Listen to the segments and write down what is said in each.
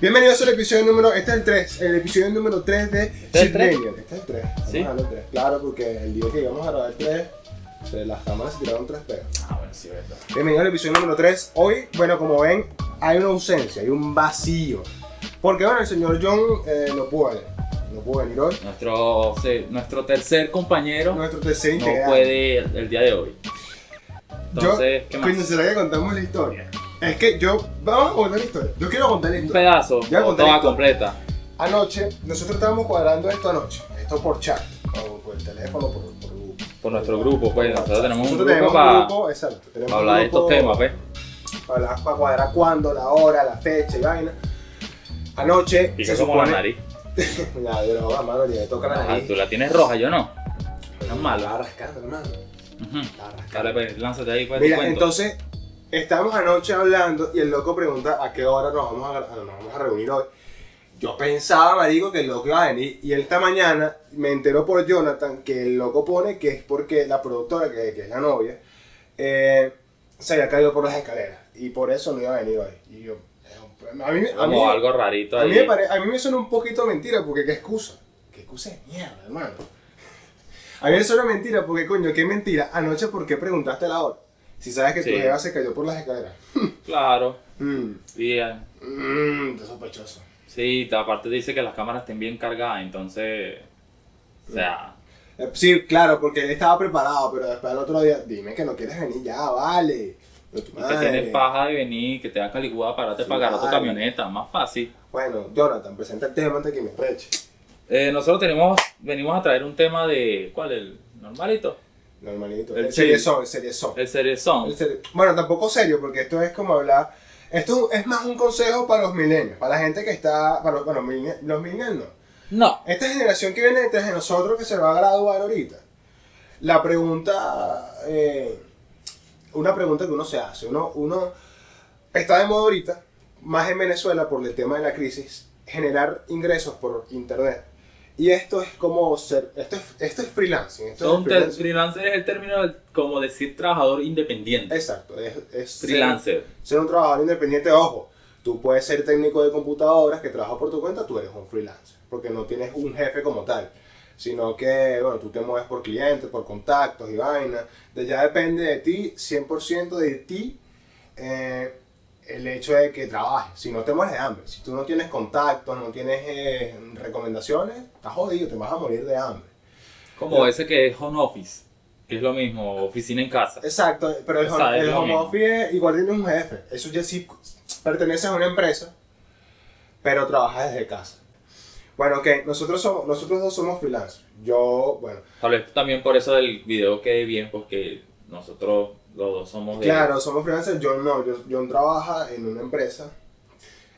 Bienvenidos al episodio número. Este es el 3, el episodio número 3 de es el tres? Sidreño. Este es el 3. ¿Sí? Claro, porque el día que íbamos a grabar el 3, se- las cámaras se tiraron tres pegas. Ah, bueno, sí, verdad. Bienvenidos al episodio número 3. Hoy, bueno, como ven, hay una ausencia, hay un vacío. Porque, bueno, el señor John eh, no pudo venir. No pudo venir hoy. Nuestro, se- nuestro tercer compañero no Nuestro tercer integrante. puede el día de hoy. Entonces, yo, ¿qué coño, más? será que contamos la historia? Es que yo. Vamos a contar la historia. Yo quiero contar la Un historia. pedazo, Ya o conté toda esto. completa. Anoche, nosotros estábamos cuadrando esto anoche. Esto por chat, o por el teléfono, por, por grupo. Por nuestro grupo, pues. Nosotros tenemos un Nosotros grupo tenemos para grupo, exacto. Tenemos un hablar de estos grupo temas, pues. ¿ves? Para, hablar- para cuadrar cuándo, la hora, la fecha y vaina. Anoche. Y se eso como la supone- nariz. La droga, mano, ya le toca la Ah, nariz. tú la tienes roja, yo no. no es malo. La rascando, hermano. Ujú. La rascando. Dale, pues, lánzate ahí, pues. te Mira, cuento. entonces, estábamos anoche hablando y el loco pregunta a qué hora nos vamos a, nos vamos a reunir hoy. Yo pensaba, marico, que el loco iba a venir y él esta mañana me enteró por Jonathan que el loco pone que es porque la productora, que, que es la novia, eh, se había caído por las escaleras y por eso no iba a venir hoy. Y yo, a mí, a mí, Como algo rarito a ahí. mí, me pare- a mí me suena un poquito mentira, porque qué excusa. Qué excusa de mierda, hermano. A mí me suena mentira, porque coño, qué mentira. Anoche, ¿por qué preguntaste la hora? Si sabes que tu Sí. jeva se cayó por las escaleras. Claro. Mmm, Y, eh, mmm, qué sospechoso. sí, aparte dice que las cámaras estén bien cargadas, entonces. O sea. Eh, Sí, claro, porque él estaba preparado, pero después al otro día, dime que no quieres venir ya, vale. No, tu Y que madre. tienes paja de venir, que te da caligua, parate Sí, para agarrar tu vale. camioneta, más fácil. Bueno, Jonathan, presenta el tema antes que me reche. Eh, nosotros tenemos, venimos a traer un tema de, ¿cuál? ¿El normalito? Normalito. El El serio. seriezón, el seriezón. El Cerezón. En serio. Bueno, tampoco serio, porque esto es como hablar. Esto es más un consejo para los milenios, para la gente que está. Para los, bueno, millennials- los millennials no. No. Esta generación que viene detrás de nosotros que se va a graduar ahorita. La pregunta. eh, una pregunta que uno se hace. Uno, uno está de moda ahorita, más en Venezuela por el tema de la crisis, generar ingresos por internet. Y esto es como ser. Esto es, esto es freelancing. Esto Son es un ter- freelancing. freelancer es el término del- como decir trabajador independiente. Exacto. Es, es ser- freelancer. ser un trabajador independiente, ojo, tú puedes ser técnico de computadoras que trabaja por tu cuenta, tú eres un freelancer, porque no tienes un jefe como tal, sino que, bueno, tú te mueves por clientes, por contactos y vainas, de ya depende de ti, 100% de ti, eh, el hecho de que trabajes, si no te mueres de hambre, si tú no tienes contactos, no tienes eh, recomendaciones, estás jodido, te vas a morir de hambre. Como Pero- ese que es home office, que es lo mismo, oficina en casa. Exacto, pero el, O sea, es el lo home mismo. office igual tiene un jefe. Eso ya sí perteneces a una empresa, pero trabajas desde casa. Bueno, ok, nosotros, somos, nosotros dos somos freelancers. Yo, bueno, Tal vez también por eso del video quede bien, porque nosotros los dos somos de... claro, somos freelancers. Yo no, yo, John trabaja en una empresa.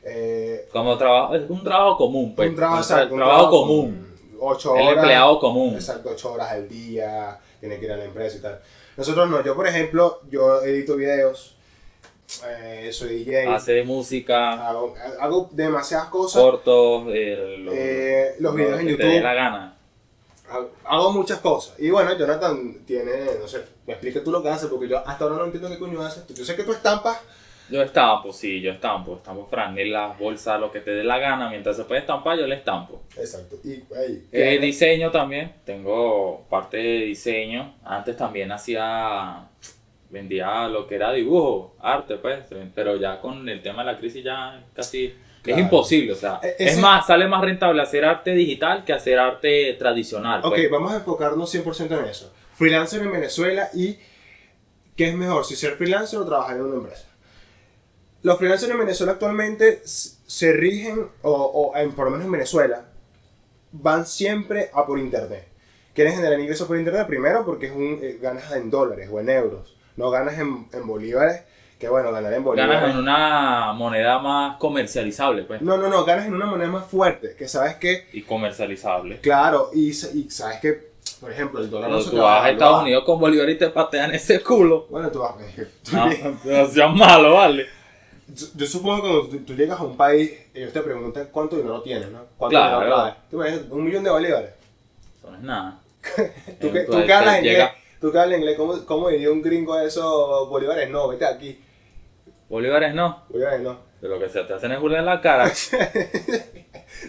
eh, Como trabajo, es un trabajo común, pues. un trabajo, O sea, exacto, un trabajo trabajo común. con Ocho El horas. empleado común. Exacto, ocho horas al día, tiene que ir a la empresa y tal. Nosotros no, yo por ejemplo, yo edito videos, eh, soy DJ. Hace música, Hago, hago demasiadas cosas. cortos, eh, lo- Eh, los lo videos en que Te dé YouTube. la gana. Hago, hago muchas cosas. Y bueno, Jonathan tiene, no sé, me explica tú lo que haces, porque yo hasta ahora no entiendo qué coño haces. Yo sé que tú estampas. Yo estampo, sí, yo estampo, estampo franelas, bolsas, lo que te dé la gana, mientras se puede estampar yo le estampo. Exacto. Y, ey, Eh, diseño también, tengo parte de diseño, antes también hacía, vendía lo que era dibujo, arte pues, pero ya con el tema de la crisis ya casi Claro. es imposible, o sea, E- es ese- más, sale más rentable hacer arte digital que hacer arte tradicional. ok, pues. vamos a enfocarnos 100% en eso. Freelancer en Venezuela y qué es mejor, si ser freelancer o trabajar en una empresa. Los freelancers en Venezuela actualmente s- se rigen, o, o en- por lo menos en Venezuela, van siempre a por internet. Quieren generar ingresos por internet primero porque es un, eh, ganas en dólares o en euros, no ganas en, en bolívares, que bueno, ganar en bolívares. Ganas en una moneda más comercializable pues, No, no, no, ganas en una moneda más fuerte, que sabes que, y comercializable. claro, y, sa- y sabes que, por ejemplo, el dólar no Cuando se tú te vas a devaluar. Estados Unidos con Bolívar y te patean ese culo. Bueno, tú vas, eh, tú No, llegas- no seas malo, vale. yo, yo supongo que cuando tú, tú llegas a un país, ellos te preguntan cuánto dinero tienes, ¿no? ¿Cuánto Claro. dinero traes? Tú me dices, un millón de bolívares. Eso no es nada. Tú que, tú Entonces, que hablas te inglés, llega- tú que hablas inglés, ¿cómo, cómo diría un gringo a esos bolívares? No, vete de aquí. Bolívares no. Bolívares no. De lo que se te hacen es burlar en la cara.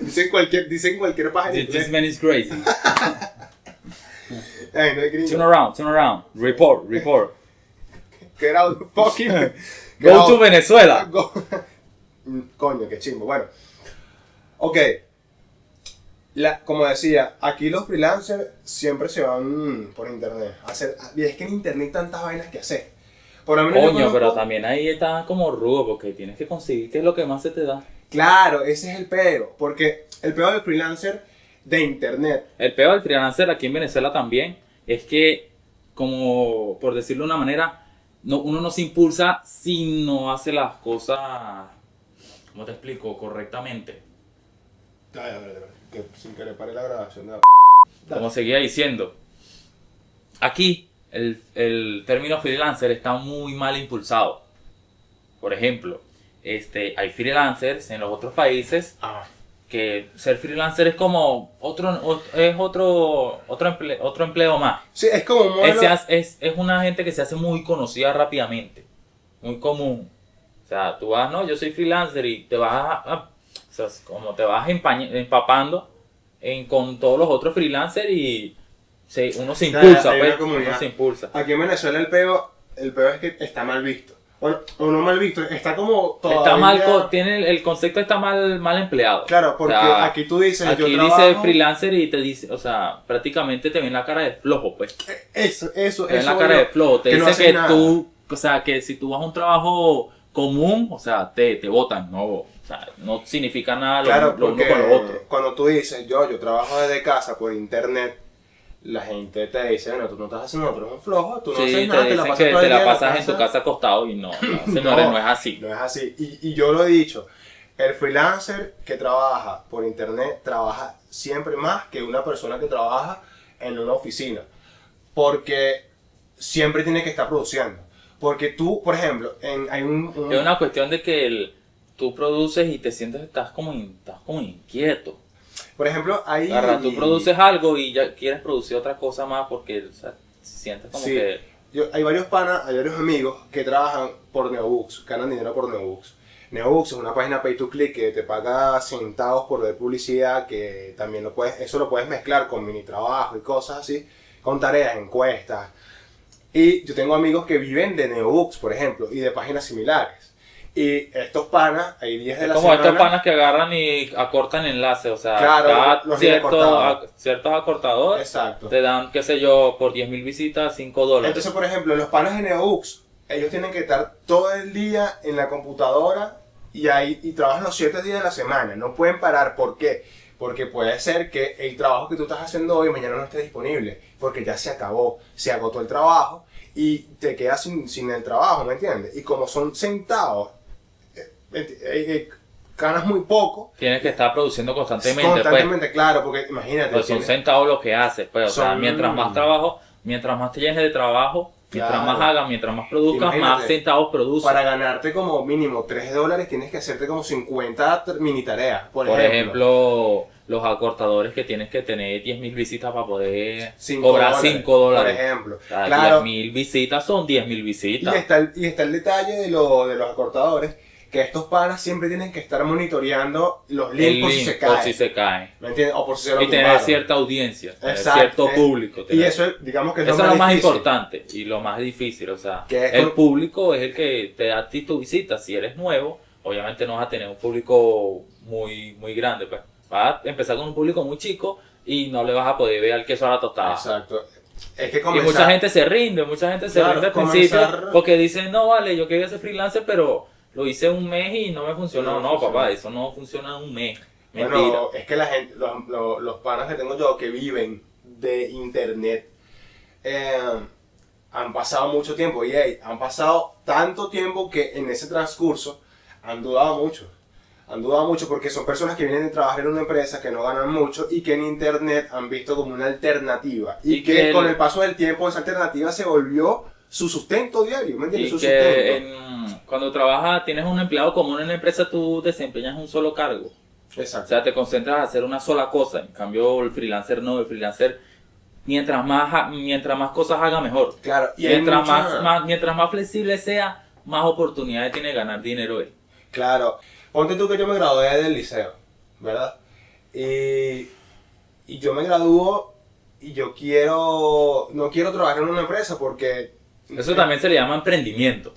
Dicen cualquier, dicen cualquier paja en This this inglés. man is crazy. Ay, no hay Turn gringo. around, turn around. Report, report. Get out fucking. Get Go out. to Venezuela. Go- Mm, Coño, qué chimbo. Bueno. Ok. La- como decía, aquí los freelancers siempre se van mm, por internet. a hacer, y es que en internet hay tantas vainas que hacer. Por lo menos yo Coño, pero conozco- también ahí está como rudo porque tienes que conseguir qué es lo que más se te da. Claro, ese es el peo. Porque el peo del freelancer de internet. El peor del freelancer aquí en Venezuela también es que, como por decirlo de una manera, no, uno no se impulsa si no hace las cosas, ¿cómo te explico? Correctamente. Ay, a ver, a ver, que sin que le pare la grabación. de la- Como seguía diciendo, aquí el, el término freelancer está muy mal impulsado. Por ejemplo, este, hay freelancers en los otros países Ah, que ser freelancer es como otro, ot- es otro, otro, emple- otro empleo más. Sí, es como un modelo. Es, se hace- es- es una gente que se hace muy conocida rápidamente, muy común. O sea, tú vas, no, yo soy freelancer y te vas a- a- o sea, es como te vas empañ- empapando en, con todos los otros freelancers y se- uno se Ya, impulsa, hay pues, una comunidad. uno se impulsa. Aquí en Venezuela el peo, el peo es que está mal visto. O no, o no mal visto, está como todavía... Está mal, co- tiene el, el concepto está mal, mal empleado. Claro, porque O sea, aquí tú dices, Aquí yo dice trabajo... freelancer y te dice, o sea, prácticamente te ven la cara de flojo, pues. Te Eso, eso, ven eso. la cara de bueno, flojo. Te que no dice hacen que nada. tú, o sea, que si tú vas a un trabajo común, o sea, te, te votan, no, o sea, no significa nada lo, Claro, lo uno porque con lo otro. cuando tú dices, yo, yo trabajo desde casa por internet, la gente te dice, bueno, tú no estás haciendo nada, tú eres un flojo, tú no sí, haces te nada, te, dicen la pasas que todo te el día la pasas en casa. tu casa acostado y no, no, señores, no, es así. No es así. Y, y yo lo he dicho, el freelancer que trabaja por internet trabaja siempre más que una persona que trabaja en una oficina. Porque siempre tiene que estar produciendo. Porque tú, por ejemplo, en, hay un... un- Es una cuestión de que el- tú produces y te sientes, estás como, in- estás como inquieto. por ejemplo, hay... Agarra, tú produces algo y ya quieres producir otra cosa más porque o sea, sientes como Sí. que... Yo- hay varios panas, hay varios amigos que trabajan por Neobooks, ganan dinero por Neobooks. Neobooks es una página pay to click que te paga centavos por ver publicidad, que también lo puedes, eso lo puedes mezclar con mini trabajo y cosas así, con tareas, encuestas. Y yo tengo amigos que viven de Neobooks, por ejemplo, y de páginas similares. Y estos panas, hay 10 de Es la como estos semana- panas que agarran y acortan enlaces, o sea, Claro, cada los tienen cierto, cortados. ac- ciertos acortadores Exacto. te dan, qué sé yo, por 10.000 visitas, 5 dólares. Entonces, por ejemplo, los panas de Neobooks, ellos tienen que estar todo el día en la computadora y ahí y trabajan los 7 días de la semana. No pueden parar. ¿Por qué? Porque puede ser que el trabajo que tú estás haciendo hoy mañana no esté disponible. Porque ya se acabó, se agotó el trabajo y te quedas sin, sin el trabajo, ¿me entiendes? Y como son centavos, eh, eh, eh, ganas muy poco. Tienes que estar produciendo constantemente, Constantemente, claro, porque imagínate. pues. Pues son tienes- centavos lo que haces, pues, o sea, Son- mientras más trabajo, mientras más te llenes de trabajo, mientras Claro. más hagas, mientras más produzcas, más Imagínate. centavos produces. Para ganarte como mínimo 3 dólares tienes que hacerte como 50 t- mini tareas, por, Por, ejemplo. ejemplo, los acortadores que tienes que tener 10.000 visitas para poder Cinco cobrar 5 dólares. Por ejemplo. O sea, claro. 10.000 visitas son 10.000 Y visitas. está, el, y está el detalle de, lo, de los acortadores, que estos panas siempre tienen que estar monitoreando los links El por si link, se cae. por si se cae. ¿Me entiendes? O por si se lo y tener tumbaron. cierta audiencia, tener Exacto. cierto Eh, público. Y tener- eso, es, digamos que es Eso es lo más, difícil. importante y lo más difícil. O sea, Que es el con- público es el que te da a ti tu visita. Si eres nuevo, obviamente no vas a tener un público muy, muy grande. Pues. Vas a empezar con un público muy chico y no le vas a poder ver al queso a la tostada. Exacto. Es que Y comenzar... mucha gente se rinde, mucha gente se Claro, rinde al comenzar- principio porque dice, no, vale, yo quería ser freelancer, pero lo hice un mes y no me funcionó. No No, me funcionó. papá, eso no funciona en un mes. Mentira. Bueno, es que la gente, los, los- los panas que tengo yo que viven de internet eh, han pasado mucho tiempo y hey, han pasado tanto tiempo que en ese transcurso han dudado mucho. Han dudado mucho porque son personas que vienen de trabajar en una empresa que no ganan mucho y que en internet han visto como una alternativa. Y, Y que, que el- con el paso del tiempo esa alternativa se volvió su sustento diario, ¿me entiendes? Y Su que sustento. en- cuando trabajas, tienes un empleado común en la empresa, tú desempeñas un solo cargo. O Exacto. sea, te concentras en hacer una sola cosa. En cambio, el freelancer no. El freelancer, mientras más, ha- mientras más cosas haga, mejor. Claro, y hay mientras, mucha- más, más- mientras más flexible sea, más oportunidades tiene de ganar dinero él. Claro. Ponte tú que yo me gradué del liceo, ¿verdad? Y, y yo me gradúo y yo quiero, no quiero trabajar en una empresa porque... Eso también se le llama emprendimiento.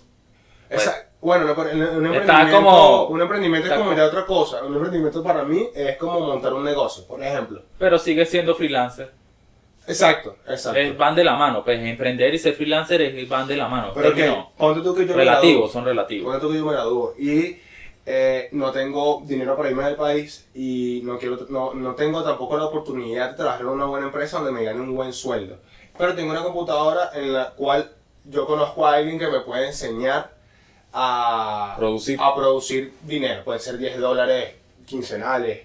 Esa- bueno, un, empre- un Está emprendimiento, como- un emprendimiento es está como como- ya otra cosa. Un emprendimiento para mí es como montar un negocio, por ejemplo. Pero sigue siendo freelancer. Exacto, exacto. Es- van de la mano, pues emprender y ser freelancer es- van de la mano. Pero que, Término ponte tú que yo me relativo, gradúo. son relativos. Ponte tú que yo me gradúo y eh, no tengo dinero para irme del país y no, quiero, no, no tengo tampoco la oportunidad de trabajar en una buena empresa donde me gane un buen sueldo. Pero tengo una computadora en la cual yo conozco a alguien que me puede enseñar a Producir. a producir dinero. Pueden ser 10 dólares quincenales.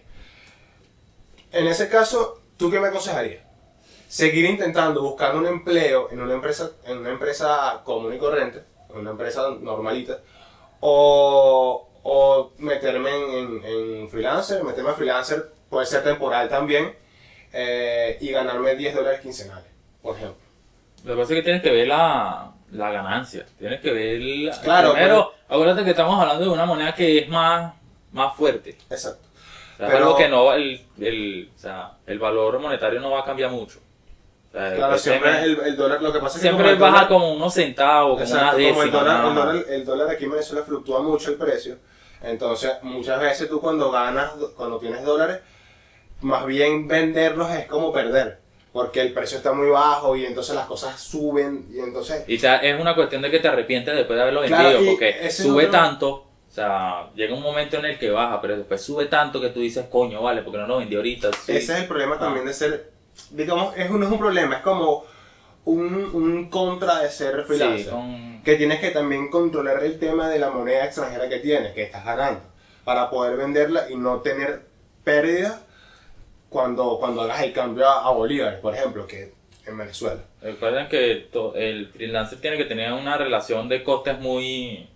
En ese caso, ¿tú qué me aconsejarías? seguir intentando buscando un empleo en una empresa en una empresa común y corriente, en una empresa normalita, o, o meterme en, en- en freelancer, meterme a freelancer puede ser temporal también, eh, y ganarme 10 dólares quincenales, por ejemplo. Lo que pasa es que tienes que ver la, la ganancia. Tienes que ver. la- Claro, pues. Primero, acuérdate que estamos hablando de una moneda que es más, más fuerte. Exacto. O sea, Pero- algo que no. El, el, o sea, el valor monetario no va a cambiar mucho. O sea, el- Claro, el tema- siempre el, el dólar, lo que pasa es que siempre el baja dólar- como unos centavos, como Exacto, unas como décimas. el dólar, nada el, más. dólar, el dólar aquí en Venezuela fluctúa mucho el precio. Entonces, muchas veces tú cuando ganas, cuando tienes dólares, más bien venderlos es como perder. Porque el precio está muy bajo y entonces las cosas suben y entonces... Y te- es una cuestión de que te arrepientes después de haberlo Claro, vendido, y ese porque es sube otro- tanto, o sea, llega un momento en el que baja, pero después sube tanto que tú dices, coño, vale, porque no lo vendí ahorita. Sí. Ese es el problema Ah. también de ser... Digamos, es, un- no es un problema, es como un, un contra de ser Sí, freelancer. con- que tienes que también controlar el tema de la moneda extranjera que tienes, que estás ganando, para poder venderla y no tener pérdidas cuando, cuando hagas el cambio a, a bolívares, por ejemplo, que en Venezuela. Recuerden que to- el freelancer tiene que tener una relación de costes muy,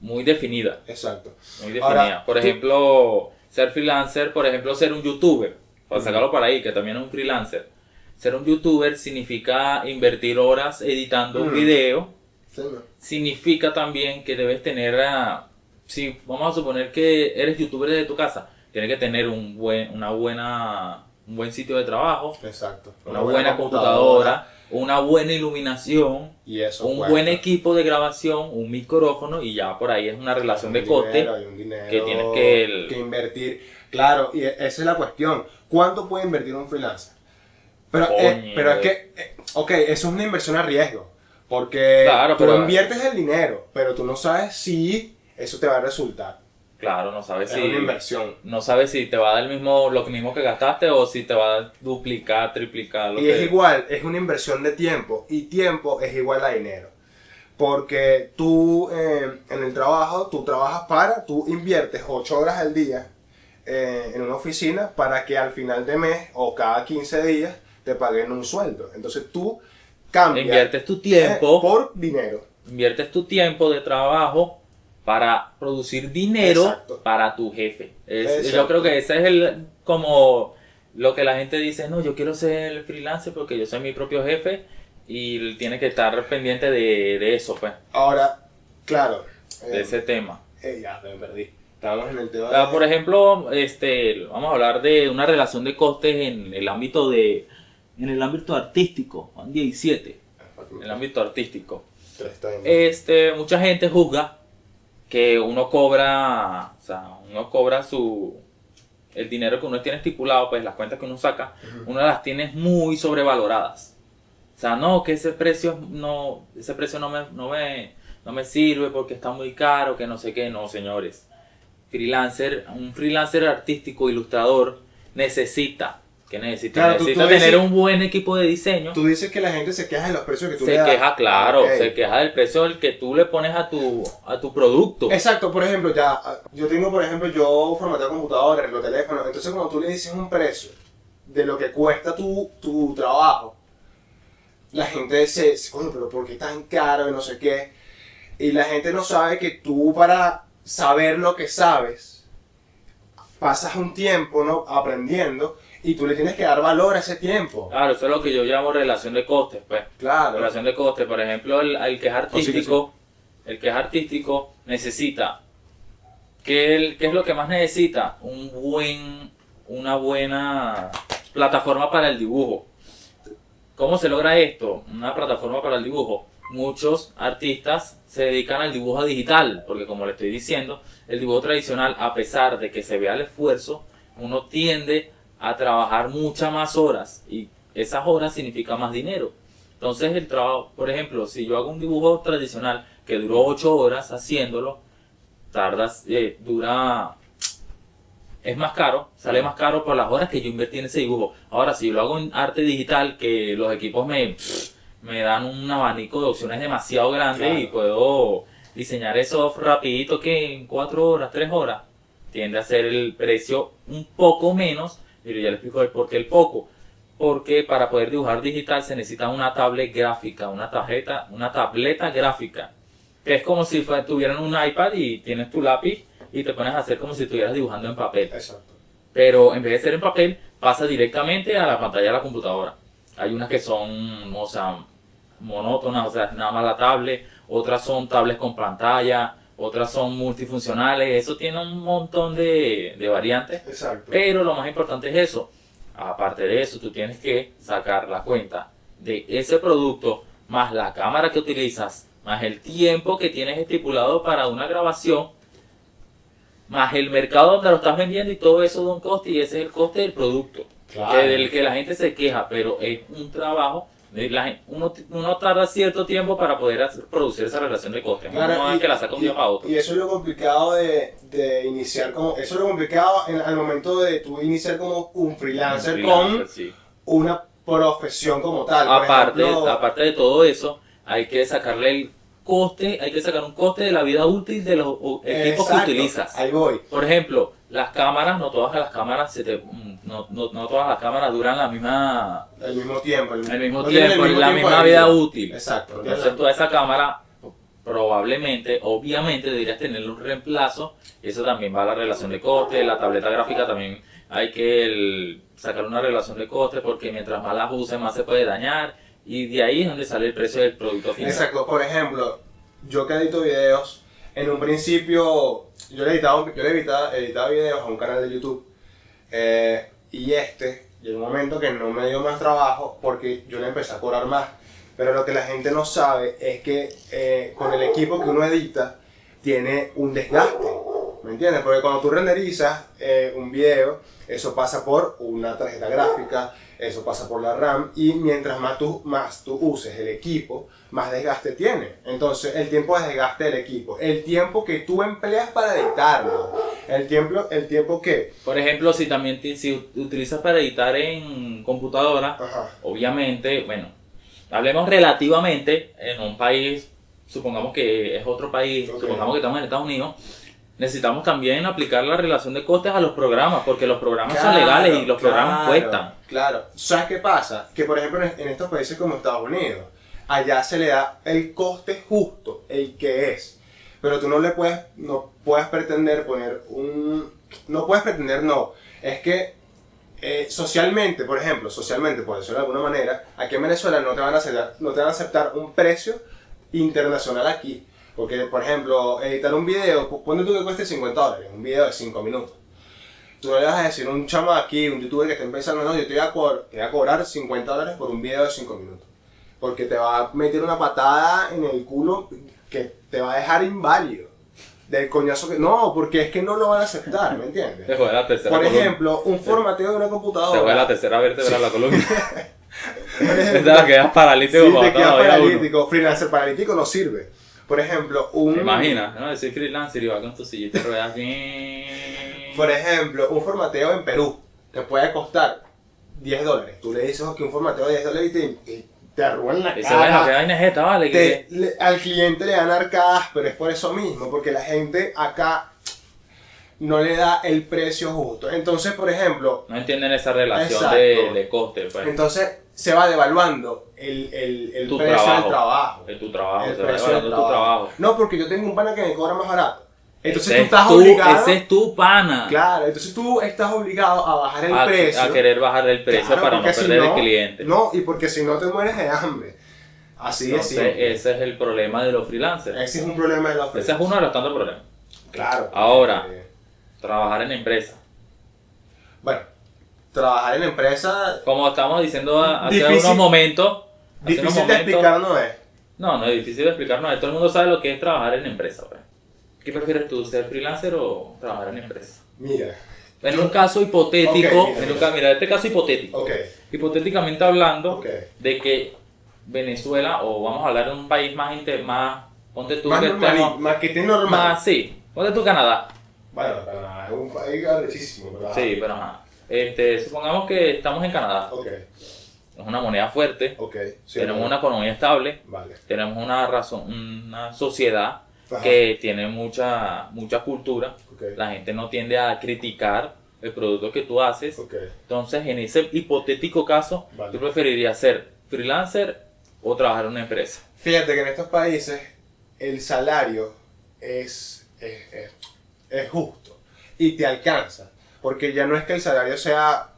muy definida. Exacto. Muy definida. Ahora, por tú- ejemplo, ser freelancer, por ejemplo, ser un youtuber, para sacarlo para ahí, que también es un freelancer. Ser un youtuber significa invertir horas editando un Mm. video. Sí, ¿no? significa también que debes tener a, si vamos a suponer que eres youtuber desde tu casa, tienes que tener un buen, una buena, un buen sitio de trabajo, Exacto. una, buena, computadora, una buena iluminación, y eso pues, un cuesta. buen equipo de grabación, un micrófono y ya por ahí es una relación Un de coste. dinero, hay un dinero que tienes que el- que invertir. Claro, y e- esa es la cuestión. ¿Cuánto puede invertir un freelancer? Pero, eh, Coño. pero es que, eh, ok, eso es una inversión a riesgo. Porque Claro, tú pero- inviertes el dinero, pero tú no sabes si eso te va a resultar. Claro, no sabes Es una si inversión. no sabes si te va a dar el mismo lo mismo que gastaste o si te va a duplicar, triplicar lo Y que es igual, es una inversión de tiempo. Y tiempo es igual a dinero. Porque tú eh, en el trabajo, tú trabajas para, tú inviertes 8 horas al día eh, en una oficina para que al final de mes o cada 15 días te paguen un sueldo. Entonces tú cambias inviertes tu eh, tiempo. por dinero. inviertes tu tiempo de trabajo para producir dinero Exacto. para tu jefe. Es- Exacto. yo creo que ese es el como lo que la gente dice, no, yo quiero ser freelancer porque yo soy mi propio jefe y tiene que estar pendiente de, de eso, pues, Ahora, claro, de eh, ese Ah, tema. eh, ya me perdí. Estábamos en el O tema sea, de- por ejemplo, este, vamos a hablar de una relación de costes en el ámbito de en el ámbito artístico, Juan 17, en el ámbito artístico. Está bien. este, mucha gente juzga que uno cobra, o sea, uno cobra su el dinero que uno tiene estipulado, pues las cuentas que uno saca, Ujú. uno las tiene muy sobrevaloradas. O sea, no, que ese precio no, ese precio no me, no me, no me sirve porque está muy caro, que no sé qué, no, señores. Freelancer, un freelancer artístico, ilustrador, necesita, que necesita, Claro, tú- necesita tú tener dices- un buen equipo de diseño Tú dices que la gente se queja de los precios que tú le se das. queja, claro, Ah, Ok. se queja del precio del que tú le pones a tu, a tu producto. Exacto, por ejemplo, ya, ah, yo tengo, por ejemplo, yo formateo computadora, los teléfonos, entonces cuando tú le dices un precio de lo que cuesta tu, tu trabajo, la gente dice, coño, pero ¿por qué tan caro y no sé qué? Y la gente no sabe que tú para saber lo que sabes, pasas un tiempo ¿no? aprendiendo y tú le tienes que dar valor a ese tiempo. Claro, eso es lo que yo llamo relación de costes, pues. Claro. Relación de costes, por ejemplo, el, el que es artístico, el que es artístico, necesita. ¿Qué, el- qué es lo que más necesita? Un buen, una buena plataforma para el dibujo. ¿Cómo se logra esto? Una plataforma para el dibujo. Muchos artistas se dedican al dibujo digital, porque como le estoy diciendo, el dibujo tradicional, a pesar de que se vea el esfuerzo, uno tiende a trabajar muchas más horas y esas horas significa más dinero. Entonces el trabajo, por ejemplo, si yo hago un dibujo tradicional que duró 8 horas haciéndolo, tardas, eh, dura, es más caro, sale más caro por las horas que yo invertí en ese dibujo. Ahora, si yo lo hago en arte digital, que los equipos me, me dan un abanico de opciones demasiado grande y Claro. puedo diseñar eso rapidito que en 4 horas, 3 horas, tiende a ser el precio un poco menos, pero ya les explico el por qué el poco porque para poder dibujar digital se necesita una tablet gráfica, una tarjeta, una tableta gráfica, que es como si fue- tuvieran un iPad y tienes tu lápiz y te pones a hacer como si estuvieras dibujando en papel. Exacto. Pero en vez de ser en papel, pasa directamente a la pantalla de la computadora. Hay unas que son, o sea, monótonas, o sea, nada más la tablet, otras son tablets con pantalla, otras son multifuncionales, eso tiene un montón de, de variantes. Exacto. Pero lo más importante es eso. Aparte de eso, tú tienes que sacar la cuenta de ese producto, más la cámara que utilizas, más el tiempo que tienes estipulado para una grabación, más el mercado donde lo estás vendiendo y todo eso da un coste y ese es el coste del producto. Claro. Que del que la gente se queja, pero es un trabajo. de la gen- uno, uno tarda cierto tiempo para poder hacer- producir esa relación de costes. Claro, no es que la saca un y- día para otro. y eso es lo complicado de, de iniciar como. Eso es lo complicado en- al momento de tú iniciar como un freelancer, Freelancer, con sí. una profesión como tal. Por aparte, ejemplo, aparte de todo eso, hay que sacarle el coste, hay que sacar un coste de la vida útil de los o- equipos exacto, que utilizas. Ahí voy. Por ejemplo, las cámaras, no todas las cámaras se te- mm, no, no- no todas las cámaras duran la misma Al mismo tiempo. el mismo no tienen tiempo, el y mismo la tiempo misma de vida útil. Exacto. Entonces toda esa cámara probablemente, obviamente deberías tener un reemplazo. Eso también va a la relación de coste, la tableta gráfica también hay que el- sacar una relación de coste porque mientras más las uses más se puede dañar y de ahí es donde sale el precio del producto final. Exacto, por ejemplo, yo que edito videos, en un principio yo le editaba, yo le editaba, editaba videos a un canal de YouTube eh, y este llegó un momento que no me dio más trabajo porque yo le empecé a cobrar más. Pero lo que la gente no sabe es que eh, con el equipo que uno edita tiene un desgaste, ¿me entiendes? Porque cuando tú renderizas eh, un video, eso pasa por una tarjeta gráfica, eso pasa por la RAM y mientras más tú, más tú uses el equipo, más desgaste tiene. Entonces, el tiempo de desgaste del equipo, el tiempo que tú empleas para editarlo, el tiempo, el tiempo que... Por ejemplo, si también ti- si ut- utilizas para editar en computadora, Ajá, obviamente, bueno, hablemos relativamente en un país, supongamos que es otro país, Ok. supongamos que estamos en Estados Unidos, necesitamos también aplicar la relación de costes a los programas, porque los programas son Claro, legales y los programas claro, cuestan. Claro. ¿Sabes qué pasa? Que por ejemplo en en estos países como Estados Unidos, allá se le da el coste justo, el que es. Pero tú no le puedes, no puedes pretender poner un... No puedes pretender, no. Es que eh, socialmente, por ejemplo, socialmente, por decirlo de alguna manera, aquí en Venezuela no te van a aceptar, no te van a aceptar un precio internacional aquí. Porque, por ejemplo, editar un video, pues, ponle tú que cueste 50 dólares, un video de 5 minutos. Tú no le vas a decir a un chama aquí, un youtuber que está empezando, no, yo te voy a, cobr- te voy a cobrar 50 dólares por un video de 5 minutos. Porque te va a meter una patada en el culo que te va a dejar inválido. Del coñazo que... No, porque es que no lo van a aceptar, ¿me entiendes? Se juega la tercera Por columna. ejemplo, un formateo de una Se juega la computadora. tercera vértebra de la columna. Por Te ejemplo, la quedas si paralítico te cuando quedas todavía uno. paralítico, freelancer paralítico no sirve. Por ejemplo, un, ¿Te imaginas? No, yo soy freelancer y va con tu sillita de ruedas bien. por ejemplo, un formateo en Perú te puede costar 10 dólares. Tú le dices que un formateo de 10 dólares y te, y te arrugan la Y se vaya, ¿qué cara. vaina es esta, vale? Te- le- al cliente le dan arcadas, pero es por eso mismo, porque la gente acá no le da el precio justo. Entonces, por ejemplo, No entienden esa relación Exacto. de, de coste, pues. Entonces se va devaluando el, el, el Tu precio del trabajo. trabajo. de tu trabajo, El se va precio evaluando tu trabajo. No, porque yo tengo un pana que me cobra más barato. Entonces Ese tú es estás tu- obligado. Ese es tu pana. Claro, entonces tú estás obligado a bajar el a, precio. a querer bajar el precio Claro, para no porque si perder el cliente. No, y porque si no te mueres de hambre. Así es Entonces, simple. ese es el problema de los freelancers. Ese es un problema de la Ese eh, es freelance. uno de los tantos problemas. Claro. Ahora. Eh, Trabajar en empresa. bueno, trabajar en empresa Como estamos diciendo a- hace Difícil- unos momentos. hace unos difícil de momentos- explicar no es. No, no es difícil de explicar. No, todo el mundo sabe lo que es trabajar en empresa. pues. ¿Qué prefieres tú, ser freelancer o trabajar en empresa? Mira, En un caso hipotético, Ok, mira, en un mira. ca- mira, este caso hipotético. ok, hipotéticamente hablando, ok. de que Venezuela, o vamos a hablar de un país más, inter- más ponte tú Más que normal, estemos- más que esté normal. más- sí, ponte tú Canadá, Bueno, Canadá es un país arrechísimo, ¿verdad? sí, pero ajá. Este, supongamos que estamos en Canadá, Ok, es una moneda fuerte, ok. sí, tenemos bueno. una economía estable, Vale. tenemos una razón, una sociedad Ajá, que tiene mucha, mucha cultura, ok, la gente no tiende a criticar el producto que tú haces, ok. entonces en ese hipotético caso, Vale. ¿tú preferirías ser freelancer o trabajar en una empresa? Fíjate que en estos países el salario es, es, es- es justo y te alcanza. Porque ya no es que el salario sea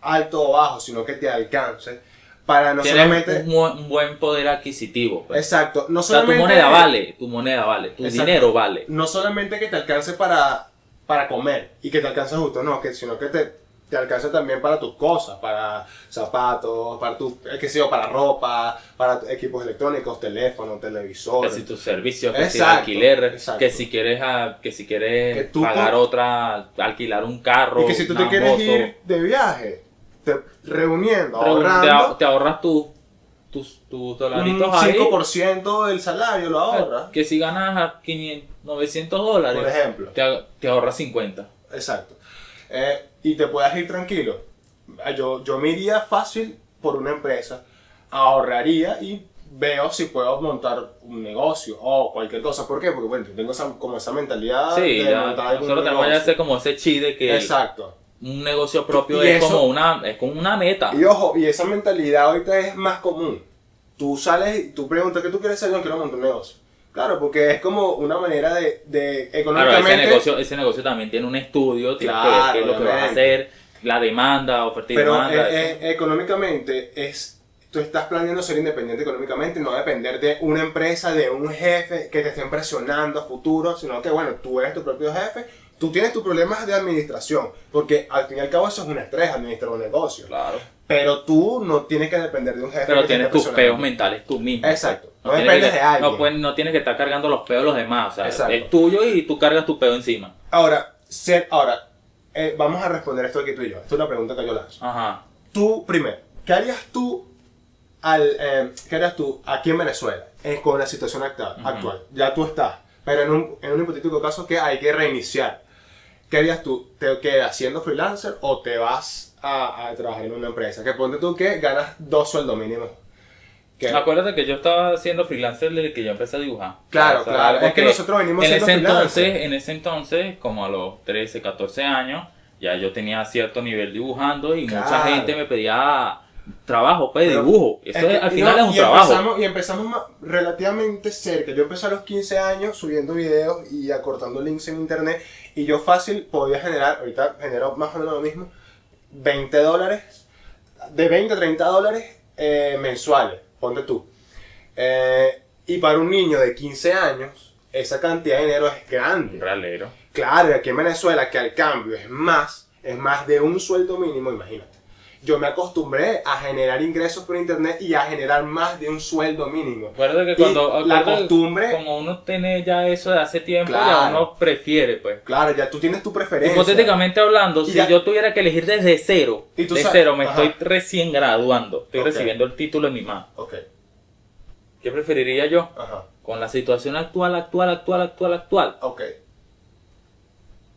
alto o bajo, sino que te alcance para no Tienes solamente... un, bu- un buen poder adquisitivo. pues. Exacto, no o sea, tu solamente... moneda vale, tu moneda vale, tu Exacto. dinero vale. No solamente que te alcance para, para comer y que te alcance justo, no, que, sino que te, te alcance también para tus cosas, para zapatos, para tu, eh, qué sé yo, para ropa, para tu- equipos electrónicos, teléfonos, Que televisores. si tus servicios, que si el Exacto, alquiler, exacto. que si quieres, ah, que si Que quieres tú pagar con- otra, alquilar un carro, Y que si tú te una quieres moto, ir de viaje, te, reuniendo, pero te ahor- ahorrando, te ahorras tu- tus, tus un dolaritos ahí. Pues, Ah. 5% del salario lo ahorras, Que si ganas a 500, 900 por dólares, ejemplo. te, ah- te ahorras 50. Exacto. Eh, y te puedas ir tranquilo. Ah, Yo, yo me iría fácil por una empresa, ahorraría y veo si puedo montar un negocio o cualquier cosa. ¿Por qué? Porque bueno, yo tengo esa- como esa mentalidad sí, Ah, de ya, montar algún nosotros tenemos que negocio. hacer como ese chi de que Exacto. un negocio propio Y es eso- como una, es como una meta. Y ojo, y esa mentalidad ahorita es más común. Tú sales y tú preguntas, ¿qué tú quieres hacer? Yo quiero montar un negocio. Claro, porque es como una manera de, de Claro, ese económicamente... negocio, ese negocio también tiene un estudio, tienes que ver Claro, qué es lo que vas a obviamente. hacer, la demanda, oferta y Pero demanda. eh, eso. eh, económicamente es tú estás planeando ser independiente económicamente, no depender de una empresa, de un jefe que te esté presionando a futuro, sino que bueno, tú eres tu propio jefe, tú tienes tus problemas de administración, porque al fin y al cabo eso es un estrés administrar un negocio. claro. Pero tú no tienes que depender de un jefe. Pero que te tienes esté tus presionando. peos mentales tú mismo. Exacto. No tienes dependes que- de alguien. No, puedes- no tienes que estar cargando los peos de los demás. O sea, Exacto. es tuyo y tú cargas tu peo encima. Ahora, ser, ahora eh, vamos a responder esto aquí tú y yo. Esta es una pregunta que yo lanzo. Ajá. tú, primero, ¿qué harías tú, al, eh, ¿qué harías tú aquí en Venezuela eh, con la situación actual? Ujú. actual? Ya tú estás, pero en un, en un hipotético caso que hay que reiniciar. ¿Qué harías tú? ¿Te quedas siendo freelancer o te vas a, a trabajar en una empresa? Que ponte tú que ganas dos sueldos mínimos. Que- Acuérdate que yo estaba siendo freelancer desde que yo empecé a dibujar. Claro, claro. algo Es que nosotros venimos en siendo ese freelancer. entonces, En ese entonces, como a los 13, 14 años, ya yo tenía cierto nivel dibujando y mucha Claro. gente me pedía trabajo, pues, Pero dibujo. Eso que- es- al y final no, es un y trabajo. Empezamos, y empezamos ma- relativamente cerca. Yo empecé a los 15 años subiendo videos y acortando links en internet. Y yo fácil podía generar, ahorita genero más o menos lo mismo, 20 dólares, de 20 a 30 dólares eh, mensuales, ponte tú. Eh, y para un niño de 15 años, esa cantidad de dinero es grande. Un realero. Claro, y aquí en Venezuela, que al cambio es más, es más de un sueldo mínimo, imagínate. Yo me acostumbré a generar ingresos por internet y a generar más de un sueldo mínimo. Acuérdate que Y cuando la acuérdate que costumbre- como uno tiene ya eso de hace tiempo, ya Claro. uno prefiere, pues. Claro, ya tú tienes tu preferencia. Hipotéticamente hablando, Y si ya- yo tuviera que elegir desde cero, Y tú de sabes- cero, me Ajá. estoy recién graduando, estoy Ok. recibiendo el título en mi mano. Ok, ¿Qué preferiría yo? ajá, Con la situación actual, actual, actual, actual, actual, ok,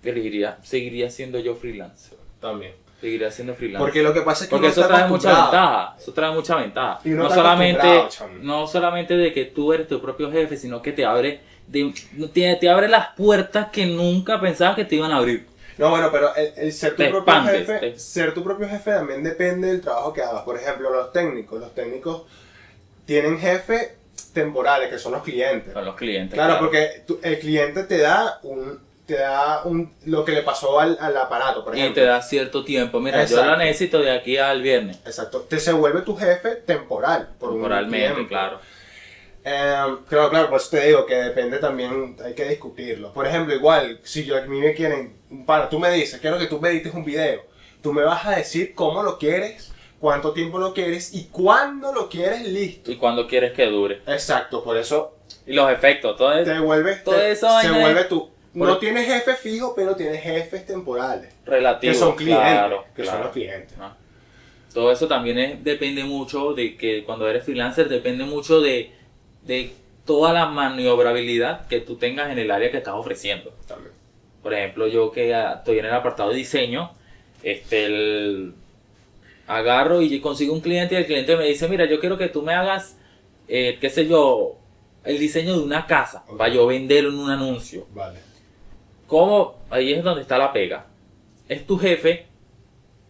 elegiría, seguiría siendo yo freelancer. también. Seguiría siendo freelancer. Porque lo que pasa es que Porque uno eso está trae mucha acostumbrado. ventaja, eso trae mucha ventaja. Y uno No está solamente, acostumbrado, chamo. no solamente de que tú eres tu propio jefe, sino que te abre, de- te, te abre las puertas que nunca pensabas que te iban a abrir. No, bueno, pero el, el ser tu Te propio expandes, jefe, te- ser tu propio jefe también depende del trabajo que hagas. Por ejemplo, los técnicos, los técnicos tienen jefes temporales que son los clientes. Con los clientes. Claro, porque tú- el cliente te da un te da un lo que le pasó al, al aparato, por Y ejemplo. te da cierto tiempo. Mira, yo Exacto. lo necesito de aquí al viernes. Exacto. Te se vuelve tu jefe temporal, por un Temporalmente, tiempo. claro. Em, claro, claro, pues te digo que depende también, hay que discutirlo. Por ejemplo, igual, si yo a mí me quieren, para, tú me dices, quiero que tú me edites un video, tú me vas a decir cómo lo quieres, cuánto tiempo lo quieres y cuándo lo quieres listo. y cuando quieres que dure. Exacto, por eso Y los efectos, todo eso. te vuelves, Toda te- esa se vaina vuelve es- tú. por- No tienes jefe fijo, pero tienes jefes temporales, relativo. que son clientes, claro, que son claro, los clientes. ¿no? Todo eso también es- depende mucho de que cuando eres freelancer depende mucho de, de toda la maniobrabilidad que tú tengas en el área que estás ofreciendo. También. Por ejemplo, yo que ah, estoy en el apartado de diseño, este el- agarro y consigo un cliente y el cliente me dice, mira, yo quiero que tú me hagas, eh, qué sé yo, el diseño de una casa Ok. para yo venderlo en un anuncio. Vale. ¿Cómo? Ahí es donde está la pega. Es tu jefe,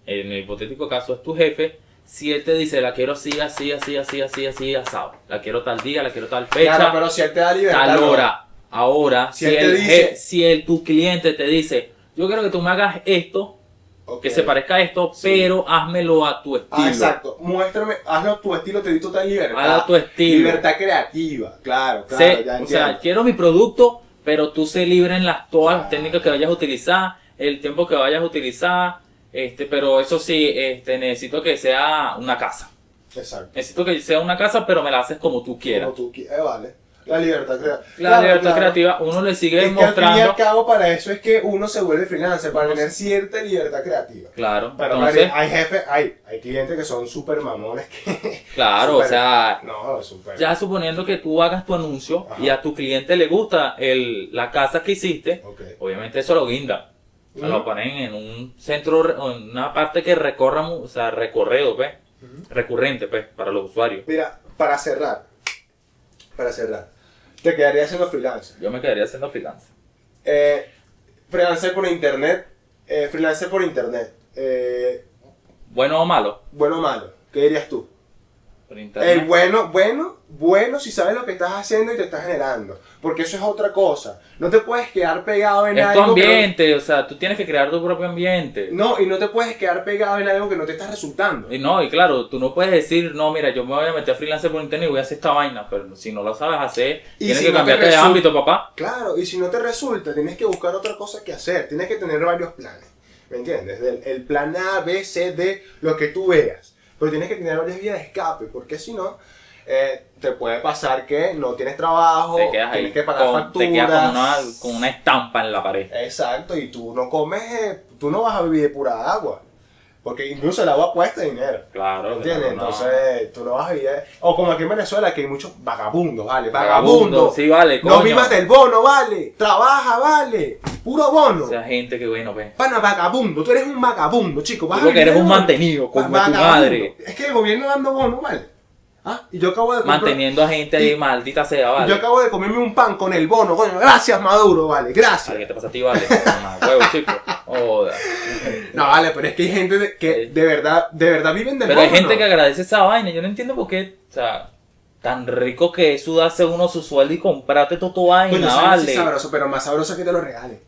en el hipotético caso es tu jefe, si él te dice la quiero así, así, así, así, así, así, asado. La quiero tal día, la quiero tal fecha, Claro, pero si él te da libertad. tal ¿no? hora. Ahora, Si si, él te el dice- je- si el- tu cliente te dice, yo quiero que tú me hagas esto, Ok. que se parezca a esto, Sí. pero házmelo a tu estilo. Ah, exacto. Muéstrame, hazlo a tu estilo, te di total libertad. Hazlo a tu estilo. Libertad creativa, claro, claro, ya Sé- o sea, entiendo. quiero mi producto, pero tú se libre en las, todas las Ah. técnicas que vayas a utilizar, el tiempo que vayas a utilizar, este, pero eso sí, este, necesito que sea una casa. exacto. Necesito que sea una casa, pero me la haces como tú quieras. Como tú quieras, vale. La libertad creativa. La libertad creativa, uno le sigue Es que al fin y mostrando. al cabo para eso es que uno se vuelve freelancer, para Uno tener cierta libertad creativa. Claro, Pero entonces, Mari, hay jefes, hay, hay clientes que son súper mamones que... claro, o súper- sea, No, súper... ya suponiendo que tú hagas tu anuncio Ajá. y a tu cliente le gusta el, la casa que hiciste, Ok. obviamente eso lo guinda. Ujú. Lo ponen en un centro, re- o en una parte que recorra, mu- o sea, recorrido, pues, Ujú. recurrente, pues, para los usuarios. Mira, para cerrar, para cerrar, te quedarías siendo freelancer. Yo me quedaría haciendo freelance. Eh, freelancer por internet, eh, freelancer por internet, eh, Bueno o malo, bueno o malo, ¿qué dirías tú? por El internet. bueno, bueno, bueno si sabes lo que estás haciendo y te estás generando, porque eso es otra cosa. No te puedes quedar pegado en es tu algo que no- ambiente, o sea, tú tienes que crear tu propio ambiente. No, y no te puedes quedar pegado en algo que no te está resultando. Y no, y claro, tú no puedes decir, no, mira, yo me voy a meter freelance por internet y voy a hacer esta vaina, pero si no lo sabes hacer, Y tienes si que no te cambiarte de resulta- ámbito, papá. Claro, y si no te resulta, tienes que buscar otra cosa que hacer, tienes que tener varios planes, ¿me entiendes? El, el plan A, B, C, D, lo que tú veas, pero tienes que tener varias vías de escape, porque si no, eh, te puede pasar que no tienes trabajo, Te quedas tienes ahí, que pagar con, facturas. te quedas con una, con una estampa en la pared. Exacto, y tú no comes, eh, tú no vas a vivir de pura agua, porque incluso el agua cuesta dinero. Claro. ¿Entiendes? claro, no. Entonces, tú no vas a vivir. eh. O como aquí en Venezuela, que hay muchos vagabundos, ¿vale? Vagabundo, Vagabundos. sí, vale, No coño. vivas del bono, vale. Trabaja, vale. Puro bono. O sea, gente que bueno, pues. Pana, vagabundo. Tú eres un vagabundo, chico. Vas Tú lo que a vivir eres del un bono. mantenido, como Va- tu vagabundo. madre. Es que el gobierno dando bono, vale. Ah, y yo acabo de comprar- Manteniendo a gente ahí, Y- maldita sea, vale. Yo acabo de comerme un pan con el bono, coño. Gracias, Maduro, vale. Ay, ¿Qué Gracias. te pasa a ti, vale? Mamá, huevo, chico. Joda. No, vale, pero es que hay gente de- que de verdad, de verdad viven del Pero hay bono. gente ¿no? que agradece esa vaina. Yo no entiendo por qué, o sea, tan rico que es sudarse uno su sueldo y comprarte todo tu vaina, Coño, sabes, sí, vale. sabroso, pero más sabroso que te lo regalen.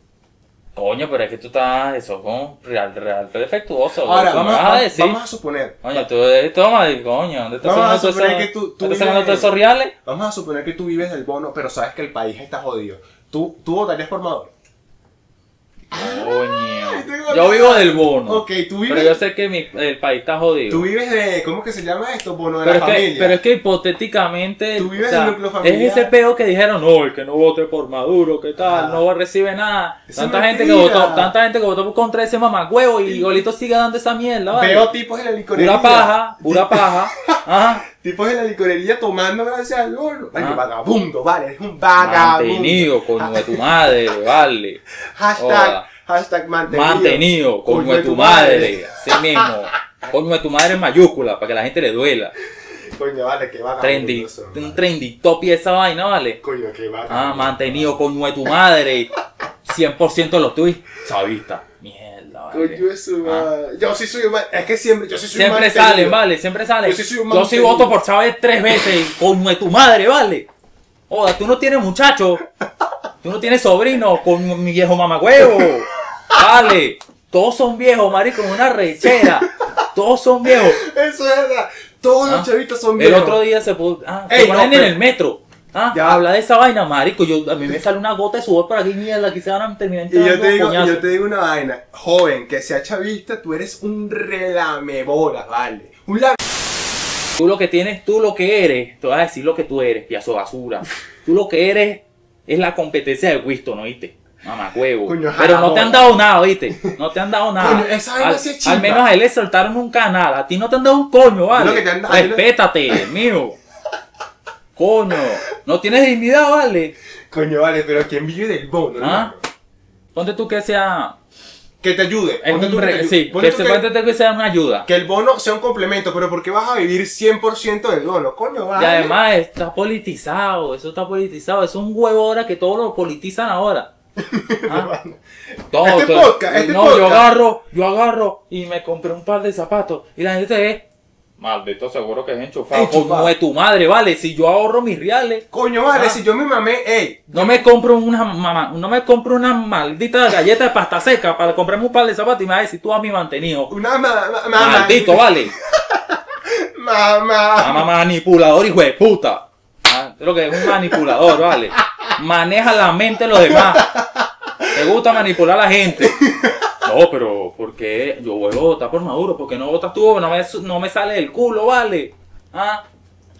Coño, pero es que tú estás, eso es como real, real defectuoso. Ahora, ¿Tú me vamos, vas vamos- a decir? vamos a suponer. Coño, tú eres toma, y coño, ¿dónde estás Vamos a sacando todos suponer esos- que tú- tú dónde estás vives- sacando todos esos reales? Vamos a suponer que tú vives del bono, pero sabes que el país está jodido. ¿Tú, tú votarías por Maduro? Coño. Yo vivo del bono. Ok, tú vives- Pero yo sé que mi, el país está jodido. Tú vives de. ¿Cómo que se llama esto? Bono de la pero, es que, familia. pero es que hipotéticamente Tú vives o sea, en núcleo familiar. es ese peo que dijeron no el que no vote por Maduro qué tal Ah. no recibe nada Eso tanta es gente que mentira. votó tanta gente que votó contra ese mamagüevo y Golito sigue dando esa mierda ¿vale? Veo tipos en la licorería. pura paja pura paja Ah, ajá Tipos en la licorería tomando gracias al bono. Ay, Ah. qué vagabundo, vale, eres un vagabundo. mantenido coño de tu madre vale Hashtag, Joda. hashtag mantenido. mantenido coño de tu madre sí mismo coño de tu madre en mayúscula para que la gente le duela Ah, Coño, vale, qué vagabundo. trendy son, vale. un trendy top y esa vaina vale Coño, qué vagabundo. Ah, mantenido coño de tu madre. 100% de los tweets. Chavista. Mierda, vale. Ah. Coño, eso, madre. Yo sí soy un. ma- Es que siempre. Yo sí soy un Siempre mantenido. salen, vale, siempre salen. Yo sí soy un Yo sí mantenido. voto por Chávez tres veces, coño de tu madre, vale. Joda, tú no tienes muchacho. Tú no tienes sobrino, con mi viejo mamagüevo. Vale. Todos son viejos, marico, una rechera. Todos son viejos. Eso es verdad. Todos Ah. los chavitos son El viejos. otro día se puso. Ah, Ey, se ponen no, en pero- el metro. Ah, Ya. habla de esa vaina, marico. Yo, a mí me sale una gota de sudor por aquí, mierda, aquí se van a terminar Y yo entrando te, digo, coñazos. yo te digo una vaina, joven, que sea chavista, tú eres un relamebola, vale. Un la... Tú lo que tienes, tú lo que eres, te vas a decir lo que tú eres, piazo basura. Tú lo que eres es la competencia de Winston, ¿oíste? Mamá huevo. Coño, Pero no jarabola. te han dado nada, ¿oíste? No te han dado nada. Coño, esa vaina al, sí es al chimba. menos a él le soltaron un canal. A ti no te han dado un coño, ¿vale? Lo que te han- a él- Respétate, mío. Coño. No tienes dignidad, ¿vale? Coño, vale, pero ¿quién vive del bono, ¿Ah? hermano? Ponte tú que sea. Que te ayude. es ponte un tú que re- te ayude. sí, Ponte que tú se que- ponte tú que sea una ayuda. Que el bono sea un complemento, pero ¿por qué vas a vivir 100% del bono? Coño, Y vale. además está politizado, eso está politizado, eso es un huevo ahora que todos lo politizan ahora. Ah, todo, Este todo. podcast, este no, yo podcast. agarro, yo agarro y me compré un par de zapatos y la gente ve, maldito seguro que es enchufado, Enchufado. como de tu madre, vale, si yo ahorro mis reales, Coño, vale, Ah. si yo me mamé, ey. no me compro una mamá, no me compro una maldita galleta de pasta seca para comprarme un par de zapatos y me vas a decir tú a mi mantenido. Una ma- ma- mamá. Maldito, vale. Ah, Mamá. Mamá manipulador, hijo de puta. Ah, Creo que es un manipulador, ¿vale? Maneja la mente de los demás. Te gusta manipular a la gente. No, pero ¿por qué? Yo voy a votar por Maduro. ¿Por qué no votas tú? No me, su- no me sale del culo, ¿vale? ¿Ah?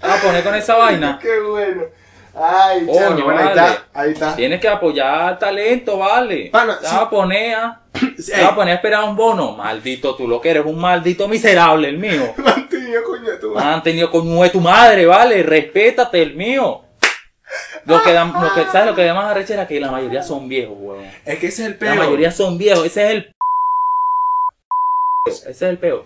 ¿Te vas a poner con esa vaina? Qué bueno. Ay, Coño, chamo, bueno, ahí vale. Eh, está, ahí está. Tienes que apoyar al talento, ¿vale? Pana, Te vas sí. a poner a... Te Ey, vas a poner a esperar un bono. Maldito, tú lo que eres, un maldito miserable, el mío. Mantenido, coño, tú. han tenido coño de tu madre, ¿vale? Respétate el mío. Lo que, da- lo que- ¿Sabes lo que da más arrecha era que la mayoría son viejos, huevón. Es que ese es el La peor. mayoría son viejos, ese es el. Ese es el peo.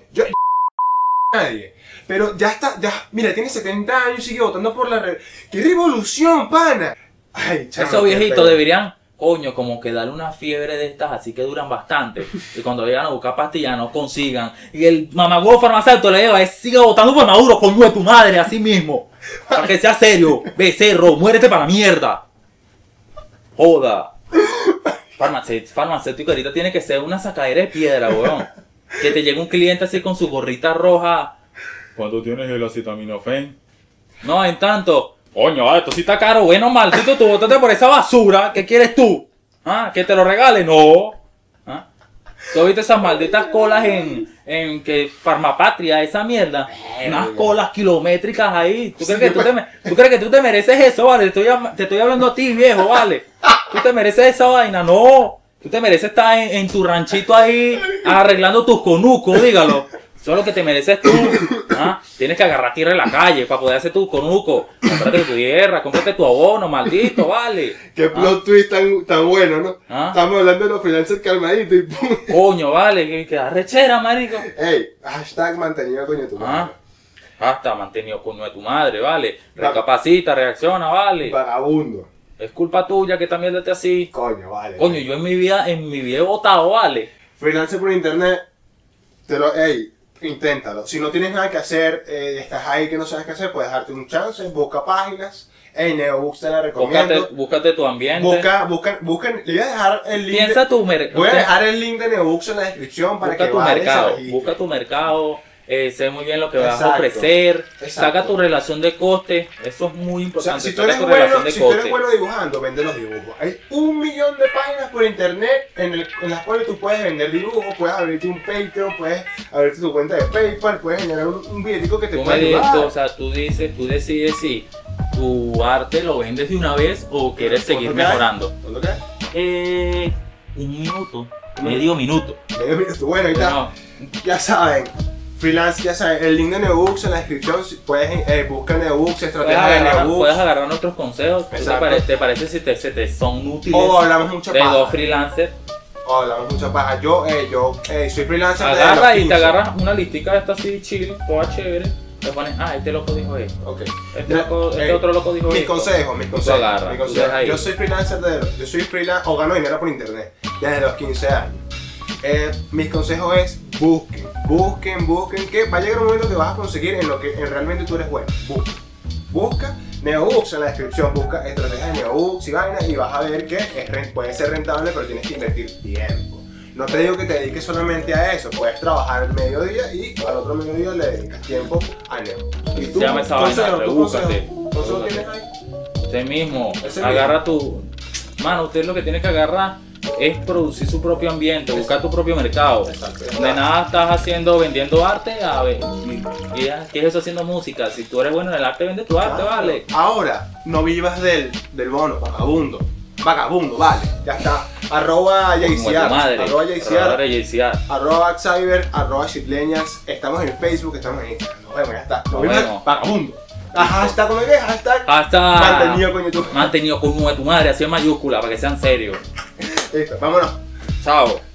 nadie. Pero ya está, ya, mira, tiene 70 años y sigue votando por la red. ¡Qué revolución, pana! Ay, chamo, Esos qué viejitos pena. deberían, coño, como que darle una fiebre de estas, así que duran bastante. Y cuando llegan a buscar pastillas, no consigan. Y el mamagüevo farmacéutico le diga, sigue votando por Maduro, coño de tu madre, así mismo. Para que sea serio, becerro, muérete para la mierda. Joda. Farmacé- farmacéutico ahorita tiene que ser una sacadera de piedra, weón. Que te llegue un cliente así con su gorrita roja. ¿Cuánto tienes el acetaminofén? No, en tanto. Coño, vale, esto sí está caro. Bueno, maldito, tú votaste por esa basura. ¿Qué quieres tú? ¿Ah? ¿Que te lo regale? No. ¿Ah? ¿Tú viste esas malditas colas en, en que Farmapatria, esa mierda? Unas colas kilométricas ahí. ¿Tú crees, que tú, te, me- tú crees que tú te mereces eso, vale? Te estoy, am- te estoy hablando a ti, viejo, vale. ¿Tú te mereces esa vaina? No. Tú te mereces estar en, en tu ranchito ahí arreglando tus conucos, dígalo. Eso es lo que te mereces tú. ¿ah? Tienes que agarrar tierra en la calle para poder hacer tu conuco. Cómprate tu tierra, cómprate tu abono, maldito, vale. Qué Ah. plot twist tan, tan bueno, ¿no? Ah. Estamos hablando de los freelancers calmaditos y pum. Coño, vale, que, que arrechera, marico. Ey, hashtag mantenido, coño, tu Ah, madre. hasta mantenido coño de tu madre, vale. Recapacita, reacciona, vale. Vagabundo. Es culpa tuya que también esté así. Coño, vale. Coño, yo en mi vida, en mi vida he votado, vale. Freelancer por internet, te lo, ey, inténtalo. Si no tienes nada que hacer, eh, estás ahí que no sabes qué hacer, puedes darte un chance, busca páginas. Ey, Neobooks te la recomiendo. Búscate, búscate tu ambiente. Busca, busca, busquen, le voy a dejar el link. Piensa de- tu mercado. Voy a dejar el link de Neobooks en la descripción para busca que tu vayas mercado, allí. busca tu mercado, eh, sé muy bien lo que vas a Exacto, ofrecer, exacto. saca tu relación de coste, eso es muy O sea, importante, si tú saca eres tu relación bueno, de si tú coste. eres bueno dibujando, vende los dibujos. Hay un millón de páginas por internet en, el- en las cuales tú puedes vender dibujos, puedes abrirte un Patreon, puedes abrirte tu cuenta de PayPal, puedes generar un, un billetico que te Tú pueda me dices, ayudar. o sea, tú dices, tú decides si tu arte lo vendes de una vez o quieres seguir ¿Cuánto queda? mejorando. ¿Cuánto queda? Eh, un minuto, medio minuto. Medio minuto. Bueno, ahí está. No, Ya saben. Freelance, ya saben, el link de Neobooks en la descripción, si puedes eh, buscar Neobooks, puedes, estrategia de agarrar, puedes Neobooks, agarrar nuestros consejos, ¿Tú te, Exacto. pare- te parece si te, se te son útiles o hablamos mucho de dos paja. freelancers? Oh, hablamos mucha paja. Yo, eh, yo eh, soy freelancer. desde Agarra los y te 15. agarras una listica de esta así chill, toda chévere, te pones, ah, este loco dijo esto. Ok. Este, loco- este Eh, otro loco dijo Mis esto. consejos, mis consejos. agarras, mis tú consejos. dejas ahí. Yo soy freelancer de, yo soy freelancer o gano dinero por internet desde los 15 años. Eh, mis consejos es busquen, busquen, busquen, que va a llegar un momento que vas a conseguir en lo que en realmente tú eres bueno. Busca. Busca Neobooks en la descripción, busca estrategias de Neobooks y vainas y vas a ver que es ren- puede ser rentable, pero tienes que invertir tiempo. No te digo que te dediques solamente a eso, puedes trabajar el mediodía y al otro mediodía le dedicas tiempo a Neobooks. ¿Y tú? Se llama esa vaina, Consejos, ¿tú rebúscate, consejos? ¿Consejos rebúscate. tienes ahí? Usted mismo Ese agarra tu. Mano, usted lo que tiene que agarrar es producir su propio ambiente, buscar tu propio mercado. Exacto. De nada estás haciendo, vendiendo arte, a ver, y- y ya, ¿qué es eso haciendo música? Si tú eres bueno en el arte, vende tu arte, Claro. vale. Ahora, no vivas del, del bono, vagabundo. Vagabundo, vale. Ya está. Arroba Como tu Jayciar. madre. Arroba Arroba Jayciar. Jayciar. Arroba Cyber, arroba Shitleñas. Estamos en Facebook, estamos en Instagram. Nos vemos, ya está. Nos Nos vemos. vemos. Ah. Vagabundo. Ah, Hashtag, ¿cómo es que? es? Hashtag. Hasta. Mantenido con YouTube. Mantenido con uno de tu madre, así en mayúscula, para que sean serios. Listo, vámonos. Chao.